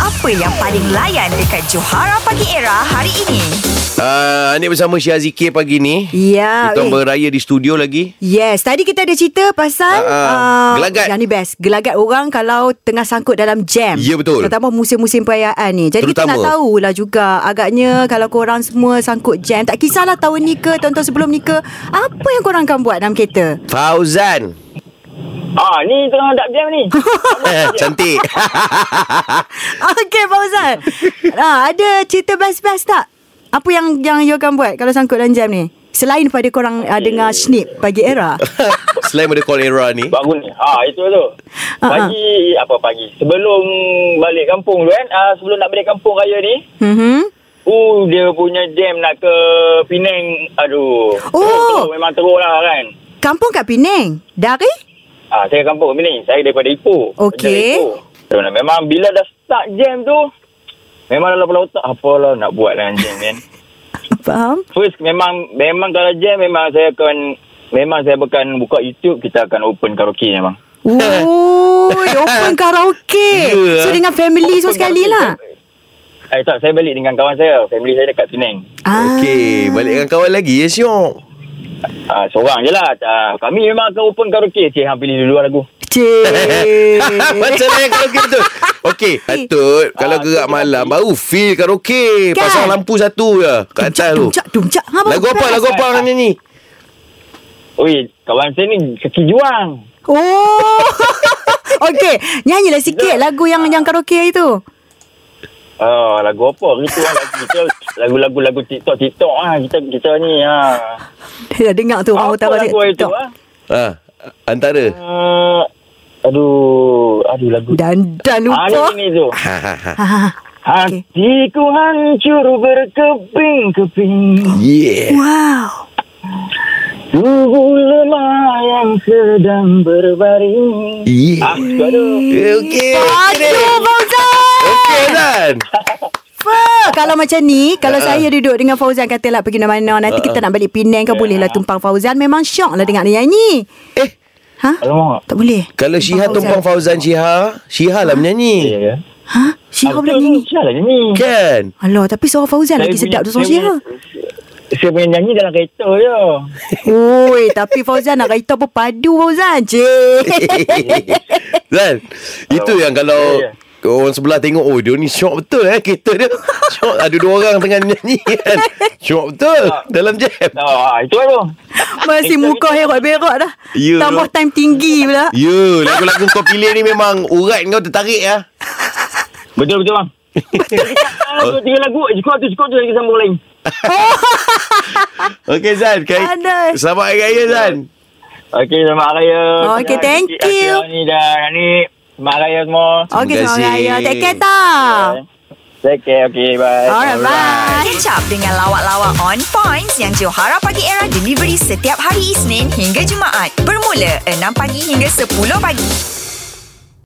Apa yang paling layan dekat Johara Pagi Era hari ini? Uh, Anik bersama Syah Zikir pagi ni Ya, eh. Kita beraya di studio lagi Yes, tadi kita ada cerita pasal Ah, ah. Gelagat. Yang ni best Gelagat orang kalau tengah sangkut dalam jam Ya, betul. Terutama musim-musim perayaan ni Jadi kita Terutama. nak tahulah juga Agaknya kalau korang semua sangkut jam Tak kisahlah tahun ni ke, tahun-tahun sebelum ni ke Apa yang korang akan buat dalam kereta? Fauzan Ah, ni tengah dak jam ni. Eh, Cantik Okey, Fauzan ha, Ada cerita best-best tak? Apa yang yang you akan buat kalau sangkut dalam jam ni? Selain pada korang uh, dengar snip pagi era Selain pada call era ni Baru ni. Ah, itu tu. Ah, Pagi apa pagi? Sebelum balik kampung tu kan, ah, sebelum nak balik kampung raya ni, mm-hmm. uh dia punya jam nak ke Penang. Aduh. Oh. Teruk, memang teruk lah kan. Kampung kat Penang Dari? Ah, saya kampung Penang. Saya daripada Ipoh. Okey. Dari Ipoh. So, memang bila dah start jam tu, memang dalam kepala otak apalah nak buat dengan jam kan. Faham? First memang memang kalau jam memang saya akan memang saya akan buka YouTube kita akan open karaoke memang. Ui, open karaoke. Ya. So dengan family Open semua sekali karaoke. lah. Eh tak, saya balik dengan kawan saya. Family saya dekat Penang. Ah. Okey Balik dengan kawan lagi ya Syok Ah, seorang je lah. Ah, kami memang akan open karaoke. Cik, hang pilih dulu lah lagu. Cik. Macam mana karaoke betul Eh. Okey Patut Kalau Ah, gerak betul. malam Baru feel karaoke Kan? Pasang lampu satu je Kat atas tu Dumcak, dumcak. Ha, Lagu apa best. Lagu apa hang nyanyi Oi, kawan saya ni kaki juang. Oh. Okey, nyanyilah sikit lagu yang yang karaoke itu. Ah, lagu apa? Itu lah lagu kita lagu-lagu lagu TikTok TikTok ah kita kita ni ha. Dia dah dengar tu orang Apa utara lagu itu ah? ha, Antara Ah, aduh, aduh lagu. Dan dan Ah, lupa. ni, ni tu. ha, ha, ha. Ha, ha. Okey. Hatiku hancur berkeping-keping. Yeah Wow. Tubuh lemah yang sedang berbaring. Yeah Ah, suka tu. Eh, Okey Aduh, Fauzan. Okey Zan Fa, Ah, kalau macam ni, kalau Ah. saya duduk dengan Fauzan katalah pergi mana nanti kita nak balik Penang Ya. ke bolehlah tumpang Fauzan memang syok lah dengar dia nyanyi. Eh Ha? Alamak. Tak boleh. Kalau Syiha tumpang Fauzan Syiha Syiha lah Ya, menyanyi ya. Ha? Syiha pula Betul, nyanyi. Syah lah nyanyi. Kan Alah, tapi suara Fauzan lagi Saya sedap tu punya- suara saya Syiha. punya- Saya punya nyanyi dalam kereta ya. je. Oi, tapi Fauzan nak kereta apa padu Fauzan. Cik. Zan Kan? Itu yang kalau Ya, ya. Orang sebelah tengok Oh dia ni syok betul eh Kereta dia Syok ada dua orang tengah nyanyi kan Syok betul Dalam jam Ah, itu lah tu. Masih muka herok-berok dah. Ya. Tambah time tinggi pula. Ya Lagu-lagu kau pilih ni memang Urat kau tertarik lah Betul, betul bang. Lagu tiga lagu Cukup tu cukup tu Lagi sambung lain Okay Zan kai, Pandai. Selamat Hari Raya Zan Okey selamat raya Okey, thank you. Ni dah Ni Selamat raya semua Terima Okey, kasih. selamat raya. Take care tau. Take care Okay bye Ah. Alright, bye. Catch up dengan lawak-lawak on points yang Johara Pagi Era delivery setiap hari Isnin hingga Jumaat bermula 6 pagi hingga 10 pagi.